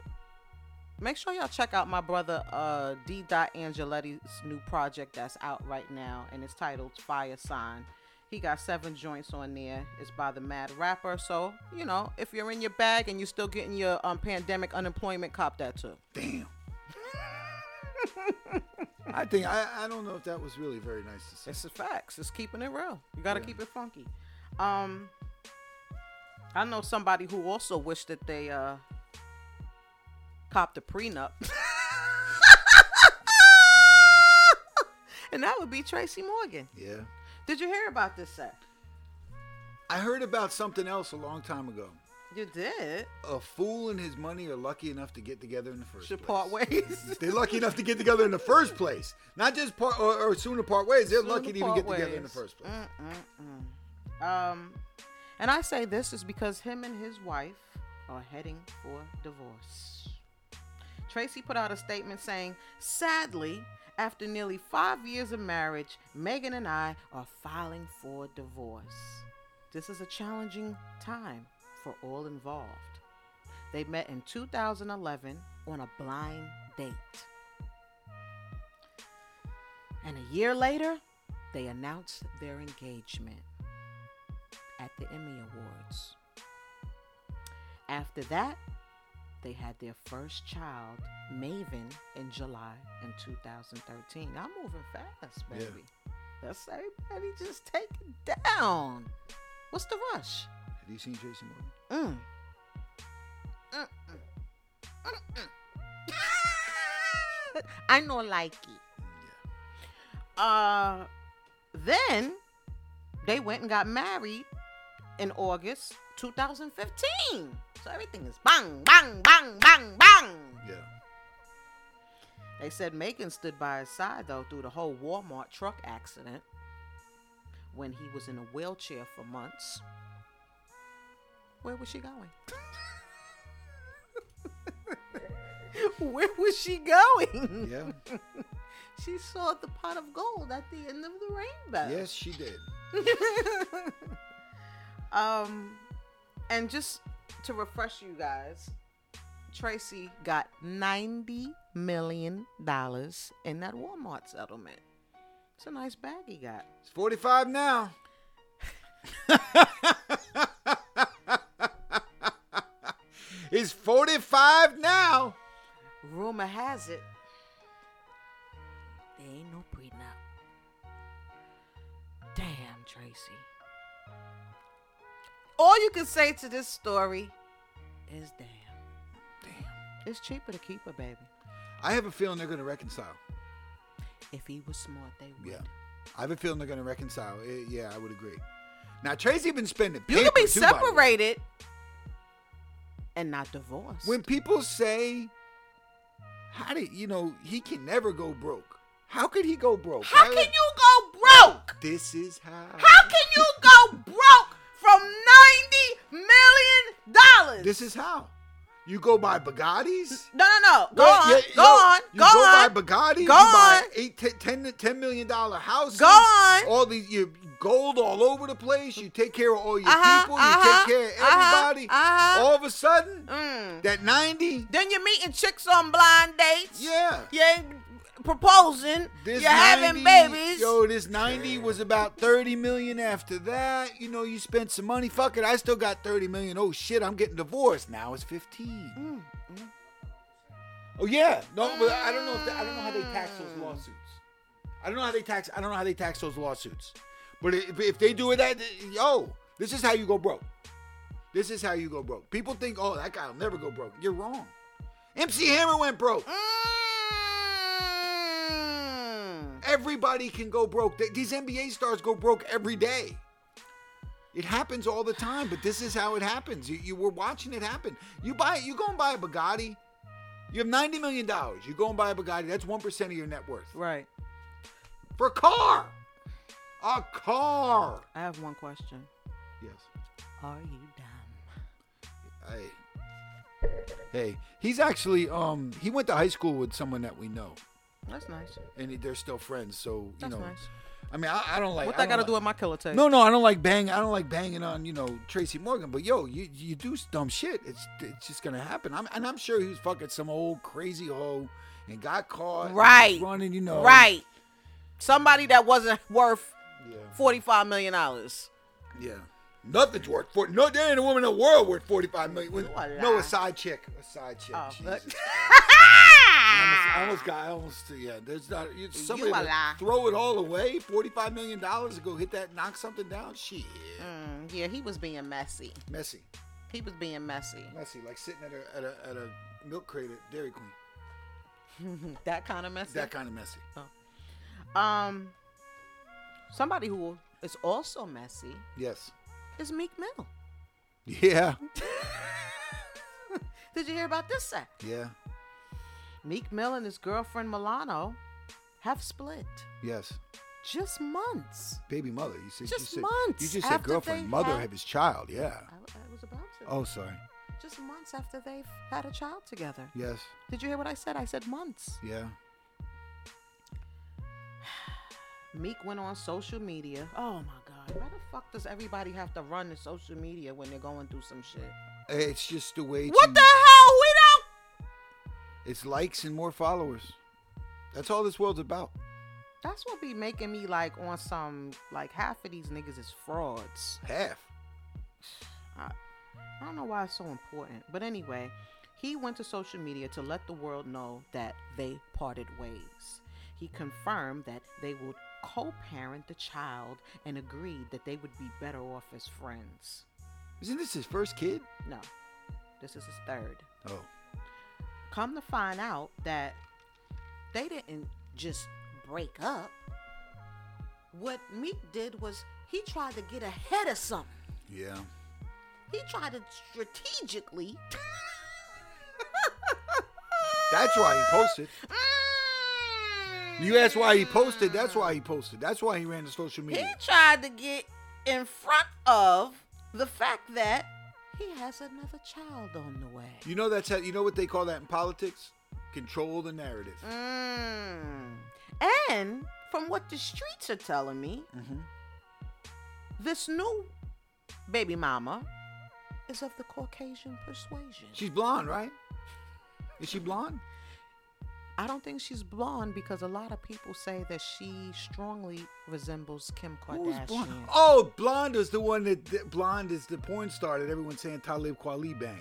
make sure y'all check out my brother uh, D. Dot Angeletti's new project that's out right now, and it's titled Fire Sign. He got seven joints on there. It's by the Mad Rapper. So you know, if you're in your bag and you're still getting your um, pandemic unemployment, cop that too. Damn. I think I, I don't know if that was really very nice to say. It's the facts. It's keeping it real. You gotta Yeah. keep it funky. Um, I know somebody who also wished that they uh copped a prenup, and that would be Tracy Morgan. Yeah. Did you hear about this, sir? I heard about something else a long time ago. You did. A fool and his money are lucky enough to get together in the first Should place. part ways. They're lucky enough to get together in the first place. Not just part or, or soon to part ways. They're Soon lucky to even part get together in the ways. Uh. first place. Mm-mm-mm. Um, and I say this is because him and his wife are heading for divorce. Tracy put out a statement saying, Sadly, after nearly five years of marriage, Megan and I are filing for divorce. This is a challenging time for all involved. They met in 2011 on a blind date. And a year later, they announced their engagement at the Emmy Awards. After that, they had their first child, Maven, in July in 2013. I'm moving fast, Yeah. baby. That's everybody just take it down. What's the rush? Have you seen Jason Morgan? Mm. Mm-mm. Mm-mm. I know like it. Yeah. Uh, then they went and got married in August 2015. So everything is bang, bang, bang, bang, bang. Yeah. They said Macon stood by his side though through the whole Walmart truck accident when he was in a wheelchair for months. Where was she going? Where was she going? Yeah. She saw the pot of gold at the end of the rainbow. yes, she did. um, and just to refresh you guys, Tracy got ninety million dollars in that Walmart settlement. It's a nice bag he got. It's 45 now. it's 45 now. Rumor has it there ain't no prenup. Damn, Tracy. All you can say to this story is damn. Damn. It's cheaper to keep her, baby. I have a feeling they're going to reconcile. If he was smart, they would. Yeah. I have a feeling they're going to reconcile. Eh, yeah, I would agree. Now, Tracy been spending You can be paper, too, by the way. separated and not divorced. When people say How did you know he can never go broke? How could he go broke? How Why- can you go broke? This is how. How can you go broke from ninety million dollars? This is how. You go buy Bugattis. No, no, no. Go Yeah, on. yeah, go yo, on. You Go, on. buy Bugatti. Go you buy on. Eight, ten, ten, ten million dollar houses. Go on. All these you gold all over the place. You take care of all your Uh-huh, people. You uh-huh, take care of uh-huh, everybody. uh-huh. All of a sudden, Mm. that ninety. Then you're meeting chicks on blind dates. Yeah. You ain't proposing. This you're having 90 babies. Yo, this 90 was about 30 million after that. You know, you spent some money. Fuck it, I still got 30 million. Oh shit, I'm getting divorced. Now it's 15. Mm, Oh yeah. No, but I don't know if that, I don't know how they tax Mm. those lawsuits. I don't know how they tax I don't know how they tax those lawsuits. But if, if they do it that yo, this is how you go broke. This is how you go broke. People think, "Oh, that guy'll never go broke." You're wrong. MC Hammer went broke. Mm. Everybody can go broke. Th- These NBA stars go broke every day. It happens all the time, but this is how it happens. You, you were watching it happen. You buy you go and buy a Bugatti. You have ninety million dollars. You go and buy a Bugatti. That's one percent of your net worth Right. for a car. A car. I have one question. Yes. Are you dumb? Hey. Hey. He's actually um he went to high school with someone that we know, That's nice. and they're still friends. So you That's know. nice. I mean, I, I don't like. What I that don't got to like- do with my killer tape? No, no, I don't like bang. I don't like banging on you know Tracy Morgan. But yo, you you do dumb shit. It's it's just gonna happen. I'm and I'm sure he was fucking some old crazy hoe and got caught. and Right. running. You know. Right. Somebody that wasn't worth Yeah. forty-five million dollars. Yeah. Nothing's worth for no. There ain't a woman in the world worth forty five million. With, a lie. no, a side chick. A side chick. Oh, Jesus. but- I almost, I almost got. I almost. Yeah. There's not. You, somebody a to lie. throw it all away. Forty five million dollars to go hit that. Knock something down. Shit. Mm, yeah, he was being messy. Messy. He was being messy. Messy. Like sitting at a at a, at a milk crate at Dairy Queen. Mm-hmm. That kind of mess. That kind of messy. Um, Somebody who is also messy Yes. is Meek Mill. Yeah. Did you hear about this? Sack? Yeah. Meek Mill and his girlfriend Milano have split Yes. just months. Baby mother. You said, Just you said, months You just said after girlfriend, they mother had- of his child. Yeah. I, I was about to. Oh, sorry. Just months after they've had a child together. Yes. Did you hear what I said? I said months. Yeah. Meek went on social media. Oh my God. Why the fuck does everybody have to run to social media when they're going through some shit? It's just the way. what to- the hell? We don't. It's likes and more followers. That's all this world's about. That's what be making me like on some, like half of these niggas is frauds. Half. I, I don't know why it's so important. But anyway, he went to social media to let the world know that they parted ways. He confirmed that they would co parent the child and agreed that they would be better off as friends. Isn't this his first kid? No, this is his third. Oh. Come to find out that they didn't just break up. What Meek did was he tried to get ahead of something. Yeah. He tried to strategically That's why he posted. Mm. You asked why he posted. That's why he posted. That's why he ran to social He media. tried to get in front of the fact that He has another child on the way. You know that's how, you know what they call that in politics? Control the narrative. Mm-hmm. Mm. And from what the streets are telling me, Mm-hmm. This new baby mama is of the Caucasian persuasion. She's blonde, right? Is she blonde? I don't think she's blonde because a lot of people say that she strongly resembles Kim Who's Kardashian. blonde? Oh, blonde is the one that, that blonde is the porn star that everyone's saying Talib Kweli bang.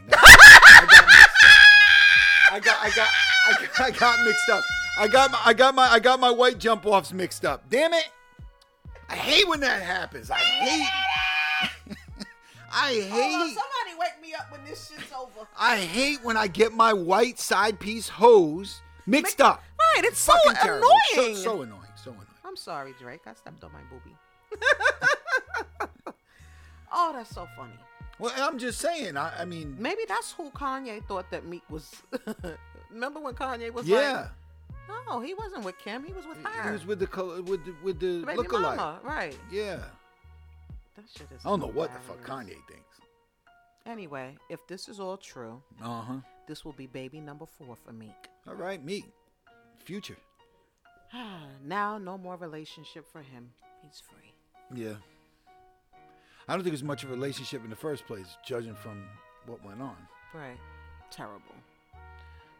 I got I got I got, I got mixed up. I got my I got my I got my white jump offs mixed up. Damn it! I hate when that happens. I hate. I hate. somebody wake me up when this shit's over. I hate when I get my white side piece hose mixed up. Right, it's so Fucking annoying. terrible. So, so annoying. So annoying. I'm sorry, Drake. I stepped on my boobie. oh, that's so funny. Mm, Well, I'm just saying. I, I mean, Maybe that's who Kanye thought that Meek was Remember when Kanye was yeah, like, no, he wasn't with Kim. He was with her. he was with the color with the, with the the baby lookalike. mama. Right. Yeah, That shit is. I don't know what the fuck hilarious. Kanye thinks. Anyway, if this is all true, Uh huh. this will be baby number four for Meek. All right, me, future. now, no more relationship for him. He's free. Yeah. I don't think it's much of a relationship in the first place, judging from what went on. Right. Terrible.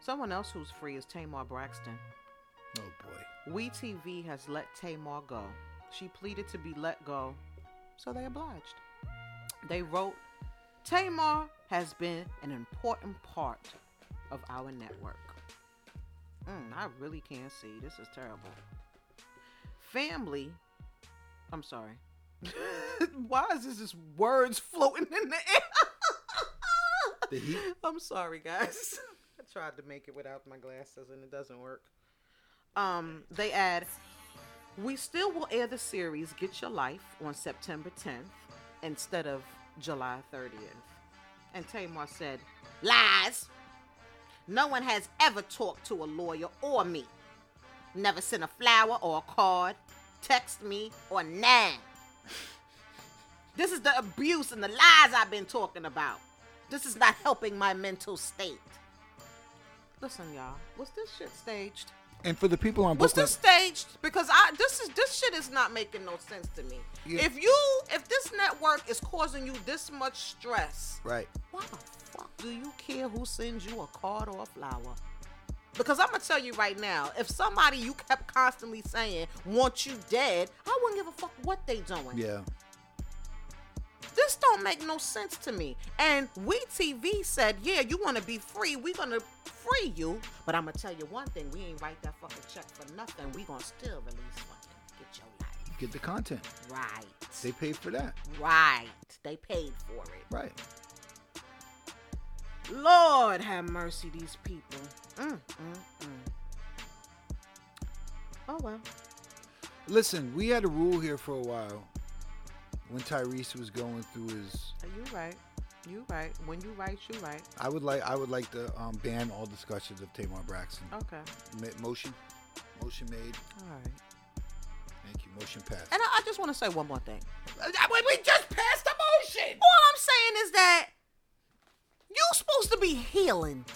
Someone else who's free is Tamar Braxton. Oh boy. We TV has let Tamar go. She pleaded to be let go, so they obliged. They wrote, Tamar has been an important part of our network. Mm, I really can't see. This is terrible. Family, I'm sorry. Why is this just words floating in the air? The heat? I'm sorry, guys. I tried to make it without my glasses and it doesn't work. Um, they add, we still will air the series Get Your Life on September 10th instead of July 30th. And Tamar said, Lies! No one has ever talked to a lawyer or me. Never sent a flower or a card, text me, or none. This is the abuse and the lies I've been talking about. This is not helping my mental state. Listen, y'all, was this shit staged? And for the people on Was Brooklyn, this staged? Because I this is this shit is not making no sense to me. Yeah. If you if this network is causing you this much stress, right? why the fuck do you care who sends you a card or a flower? Because I'm gonna tell you right now, if somebody you kept constantly saying want you dead, I wouldn't give a fuck what they doing. Yeah. This don't make no sense to me. And we TV said, yeah, you want to be free, we gonna free you. But I'm gonna tell you one thing: we ain't write that fucking check for nothing. We gonna still release fucking get your Get the content. life right. They paid for that. right. They paid for it. Right. Lord have mercy, these people. Mm, mm, mm. Oh well. Listen, we had a rule here for a while when Tyrese was going through his. You right. You right. When you right, you right. I would like I would like to um, ban all discussions of Tamar Braxton. Okay. Ma- motion, motion made. All right. Thank you. Motion passed. And uh, I, I just want to say one more thing. We just passed the motion. All I'm saying is that you supposed to be healing.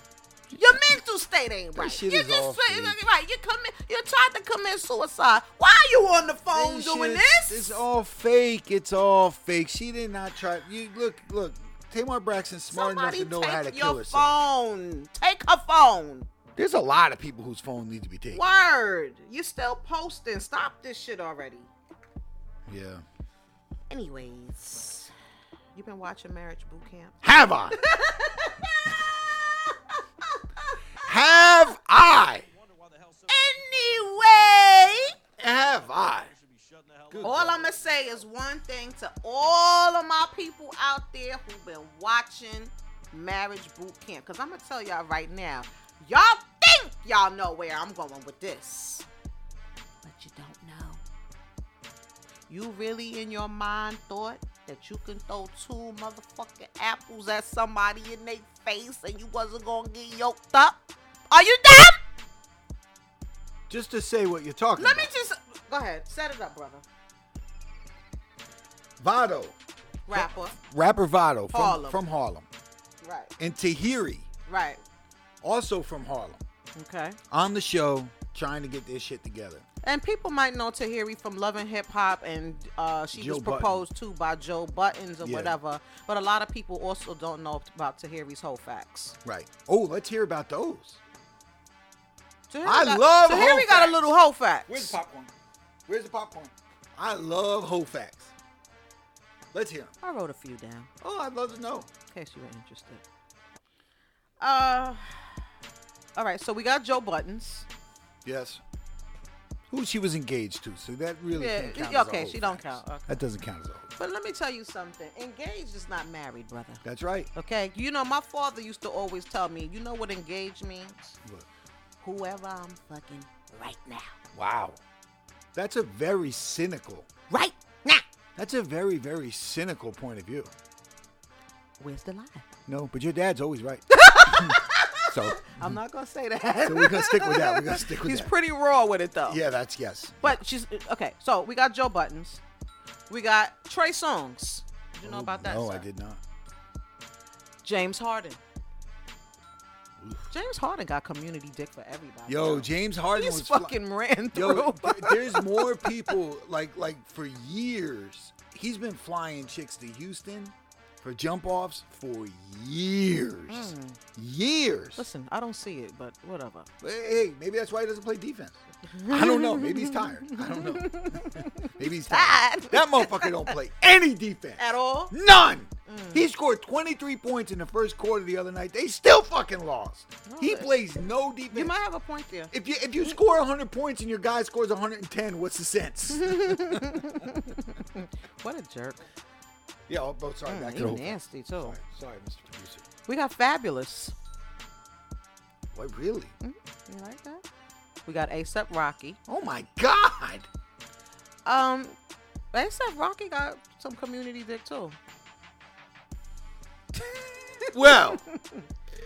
Your mental state ain't right. shit you is off, sitting- dude. right. You commit. You tried to commit suicide. Why are you on the phone This doing shit- this? It's all fake. It's all fake. She did not try. You look, look. Tamar Braxton's smart Somebody enough to know take how to your kill herself. phone. Take her phone. There's a lot of people whose phone needs to be taken. Word. You still posting. Stop this shit already. Yeah. Anyways, you been watching Marriage Boot Camp? Have I? Have I? Anyway. Have I? All I'm gonna say is one thing to all of my people out there who've been watching Marriage Boot Camp, because I'm gonna tell y'all right now, y'all think y'all know where I'm going with this, but you don't know. You really in your mind thought that you can throw two motherfucking apples at somebody in their face and you wasn't gonna get yoked up? Are you dumb? Just to say what you're talking Let me about. just go ahead, set it up, brother. Vado. Rapper, Rapper Vado from Harlem. from Harlem. right, And Tahiri, right, also from Harlem, okay. on the show trying to get their shit together. And people might know Tahiri from Love and Hip Hop, and uh, she Joe was Button. proposed to by Joe Buttons or Yeah. whatever. But a lot of people also don't know about Tahiri's whole facts. Right. Oh, let's hear about those. Tahiri I got, love Tahiri whole got facts. a little whole facts. popcorn? Where's the popcorn? I love whole facts. Let's hear them. I wrote a few down Oh, I'd love to know. in case you were interested. Uh, all right. So we got Joe Buttons. Yes. Who she was engaged to, so that really Yeah, can't count yeah, as a okay, whole she don't facts. count, okay. That doesn't count as a whole. But let me tell you something. Engaged is not married, brother. That's right. Okay. You know, my father used to always tell me, you know what engaged means? Look. Whoever I'm fucking right now. Wow. That's a very cynical. Right now. That's a very, very cynical point of view. Where's the lie? No, but your dad's always right. So I'm not gonna say that. So we're gonna stick with that. We're gonna stick with He's that. pretty raw with it though. yeah, that's yes. But she's okay. So we got Joe Buttons. We got Trey Songs. Did you know about that? Oh, No, I sir? did not. James Harden. James Harden got community dick for everybody. Yo, sir. James Harden he's was fly- fucking ran through. Yo, th- there's more people like like for years. He's been flying chicks to Houston for jump offs for years. Years. Hmm. Listen, I don't see it, but whatever. Hey, hey, maybe that's why he doesn't play defense. I don't know. Maybe he's tired. I don't know. maybe he's tired. Tired. That motherfucker don't play any defense. At all? None. He scored 23 points in the first quarter the other night. They still fucking lost. he but- plays no defense. You might have a point there. If you if you score 100 points and your guy scores 110, what's the sense? What a jerk. yeah, oh, both sorry, back Mm, to the He's whole- nasty too. Sorry, sorry, Mr. Producer. We got Fabulous. What really? You like that? We got ASAP Rocky. Oh my God! Um, ASAP Rocky got some community dick too. Well,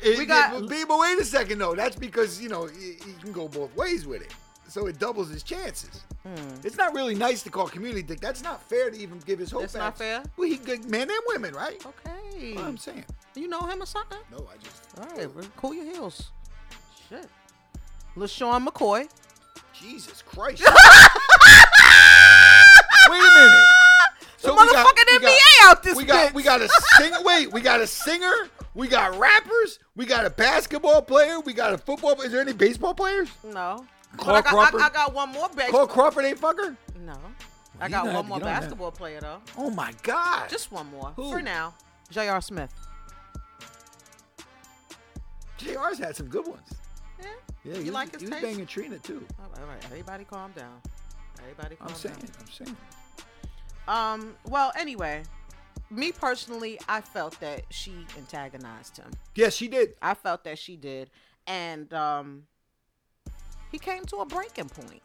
it, We we got- got. but wait a second though. That's because you know you, you can go both ways with it, so it doubles his chances. Hmm. It's not really nice to call community dick. That's not fair to even give his hope. That's not backs. fair? Oh, Well, he good men and women, right? Okay. What I'm saying. Um, You know him or something? No, I just. All right, bro. cool your heels. Shit. LaShawn McCoy. Jesus Christ. Wait a minute. So we got- motherfucking we got- NBA out this we got bitch. we got a singer. Wait, we got a singer. We got rappers. We got a basketball player. We got a football. Is there any baseball players? No. Clark but I got, Crawford? I, I got one more base. Cole Crawford ain't fucker. No. Well, I you got know how one to more get on that. basketball player though. Oh my God. Just one more. Who? For now. J.R. Smith. Jr's had some good ones. Yeah. Yeah, You he was- like his he was taste? banging Trina too. All right, all right. Everybody calm down. Everybody calm I'm saying. down. I'm saying. Um, well, anyway, me personally, I felt that she antagonized him. Yes, she did. I felt that she did. And um he came to a breaking point.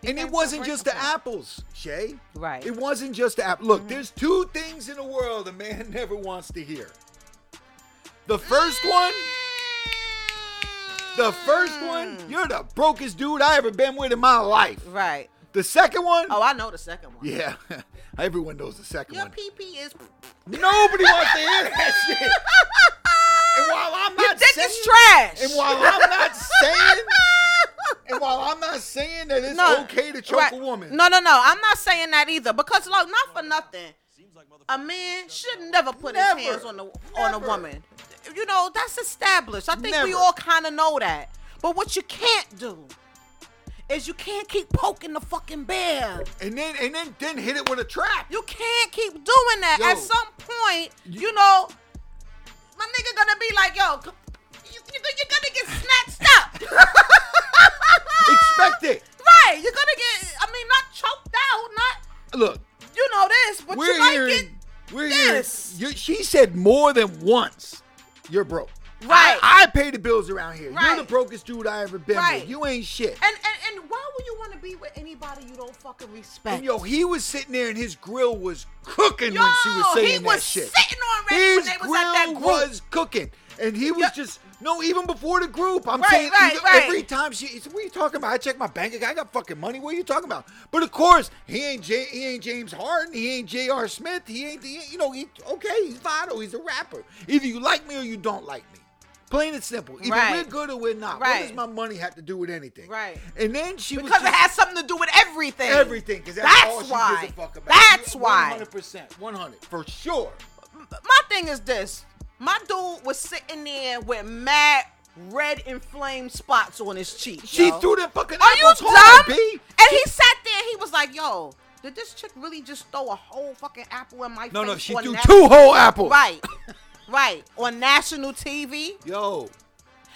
He And came it to a wasn't breaking just the point. apples, Shay. Right. Mm-hmm. It wasn't just the app. Look, there's two things in the world a man never wants to hear. The first one, the first one, Mm. you're the brokest dude I ever been with in my life. Right. The second one, Oh, I know the second one. yeah, everyone knows the second Your one. PP is Nobody wants to hear that shit. And while I'm not dick saying, is trash. and while I'm not saying, and while I'm not saying that it's okay to choke right. a woman, No, no, no. I'm not saying that either because look, not for nothing. A man should never put Never. his hands on the on a Never. woman. You know that's established. I think we Never. all kind of know that. But what you can't do is you can't keep poking the fucking bear. and then and then then hit it with a trap. You can't keep doing that. Yo. At some point, you know, my nigga gonna be like, yo, c- you, you, you're gonna get snatched up. Expect it. right, you're gonna get, I mean, not choked out, not, Look, you know, this, but you we're might hearing, get. we're this. hearing. You, she said more than once, "You're broke." Right. I, I pay the bills around here. You're Right. the brokest dude I ever been Right. with. You ain't shit. And, and, and why would you wanna be with anybody you don't fucking respect? And yo, he was sitting there and his grill was cooking when she was Yo, saying he that was shit. sitting on Reggie when his they was at grill that group. was cooking. And he was Yeah. just no, even before the group. I'm Right, saying right, even- right. every time she, what are you talking about? I check my bank account. I got fucking money. What are you talking about? But of course, he ain't J, he ain't James Harden. He ain't J.R. Smith. He ain't, he ain't- you know he okay. He's Votto. He's a rapper. Either you like me or you don't like me. Plain and simple. Either Right. we're good or we're not. What does Right. my money have to do with anything? Right. And then she was because it just- has something to do with everything. Everything, because that's, all she why. gives a fuck about. That's You- why. 100%. 100. For sure. my thing is this my dude was sitting there with mad red inflamed spots on his cheek She yo. threw that fucking are you apples dumb hard, B. and he sat there he was like yo did this chick really just throw a whole fucking apple in my No, face no, she on threw nat- two whole apples. right right on national tv Yo.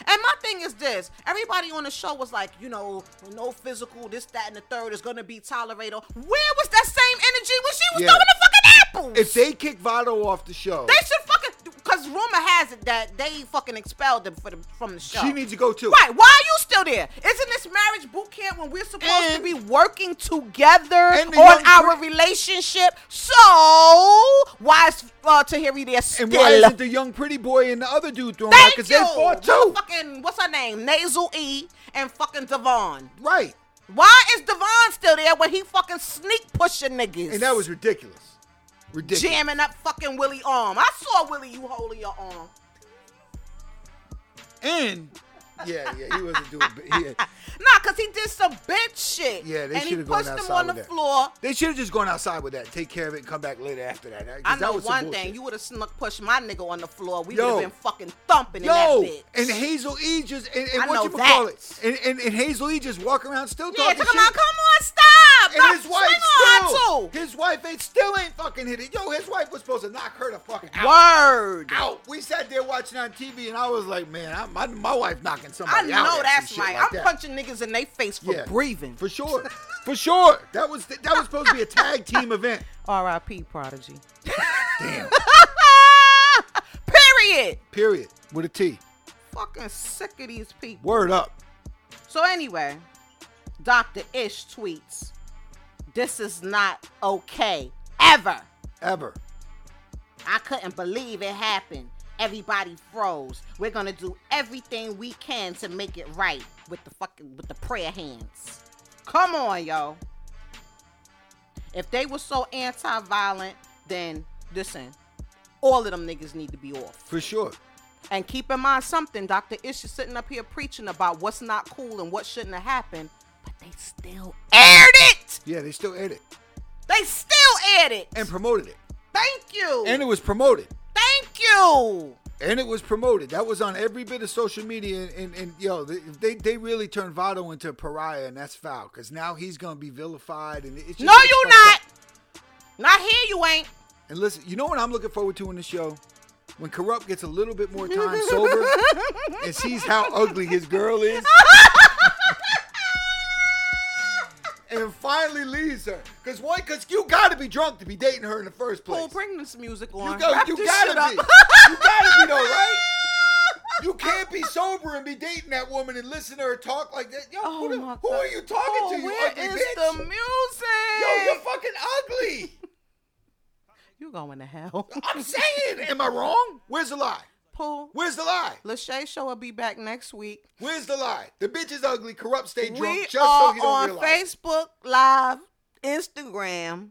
and my thing is this everybody on the show was like you know no physical this that and the third is gonna be tolerated where was that same energy when she was Yeah. throwing the fucking apples If they kick Votto off the show, they should fucking because Because rumor has it that they fucking expelled him for the, from the show. She needs to go too. Right? Why are you still there? Isn't this marriage boot camp when we're supposed to And- be working together And the young on our pri- relationship? So why is uh, Tahiri there still? And why isn't the young pretty boy and the other dude throwing out? Thank Because you. they fought too. Fucking what's her name? Nasal E and fucking Devon. Right. Why is Devon still there when he fucking sneak pushing niggas? And that was ridiculous. Ridiculous. jamming up fucking Willie arm. I saw Willie you holding your arm. And yeah, yeah, he wasn't doing. Yeah. Nah, cause he did some bitch shit. Yeah, they and he should've gone pushed him outside on the with that. floor. They should have just gone outside with that. Take care of it and come back later after that. 'cause I that know was some one bullshit. thing. You would have snuck pushed my nigga on the floor. We would Yo. have been fucking thumping Yo, in that bitch. and Hazel E just and, I and know what you that. call it, and, and and Hazel E just walk around still yeah, talking talking shit. about, come on, stop. Bro, and his wife swing still, on her too. his wife ain't still ain't fucking hit it. Yo, his wife was supposed to knock her the fuck out. Word. Out. We sat there watching on TV, and I was like, man, I, my my wife knocking I somebody out. know or that's some right. shit like I'm that. punching niggas in their face for Yeah. breathing. for sure, for sure. That was that was supposed to be a tag team event. R.I.P. Prodigy. Damn. Period. Period. With a T. Fucking sick of these people. Word up. So anyway, Dr. Ish tweets, "This is not okay ever. Ever. I couldn't believe it happened. Everybody froze. We're going to do everything we can to make it right with the fucking with the prayer hands. Come on, yo. If they were so anti-violent, then listen, all of them niggas need to be off. For sure. And keep in mind something, Dr. Ish is sitting up here preaching about what's not cool and what shouldn't have happened, but they still aired it. Yeah, they still aired it They still aired it. and promoted it. thank you. And it was promoted. thank you. And it was promoted. That was on every bit of social media. And, and, and yo, they, they they really turned Votto into a pariah, and that's foul. Because now he's going to be vilified. and it's just No, it's you fucked not. Not up. here, you ain't. And listen, you know what I'm looking forward to in the show? When Corrupt gets a little bit more time sober and sees how ugly his girl is. and finally leaves her. Because one, because you got to be drunk to be dating her in the first place. Cool, bring this music on. You, go, Wrap you this shit gotta up. be. You gotta be though, right? You can't be sober and be dating that woman and listen to her talk like that. Yo, Oh who, the- my who God. are you talking oh, to? You where ugly is bitch. the music? Yo, you're fucking ugly. you going to hell. I'm saying, am I wrong? Where's the lie? Pool. Where's the lie? Lachey Show will be back next week. Where's the lie? The bitch is ugly. Corrupt, stay drunk. we just are so you don't on realize. Facebook Live, Instagram,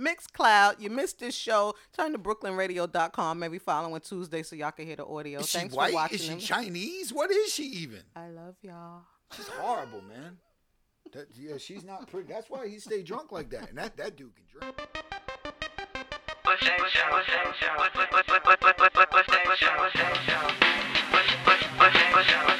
Mixcloud. You missed this show. Turn to brooklynradio.com every following Tuesday so y'all can hear the audio. Is she Thanks white? for watching. is she them. Chinese? What is she even? I love y'all. She's horrible, man. That, yeah, she's not pretty. That's why he stay drunk like that. And that, that dude can drink. What's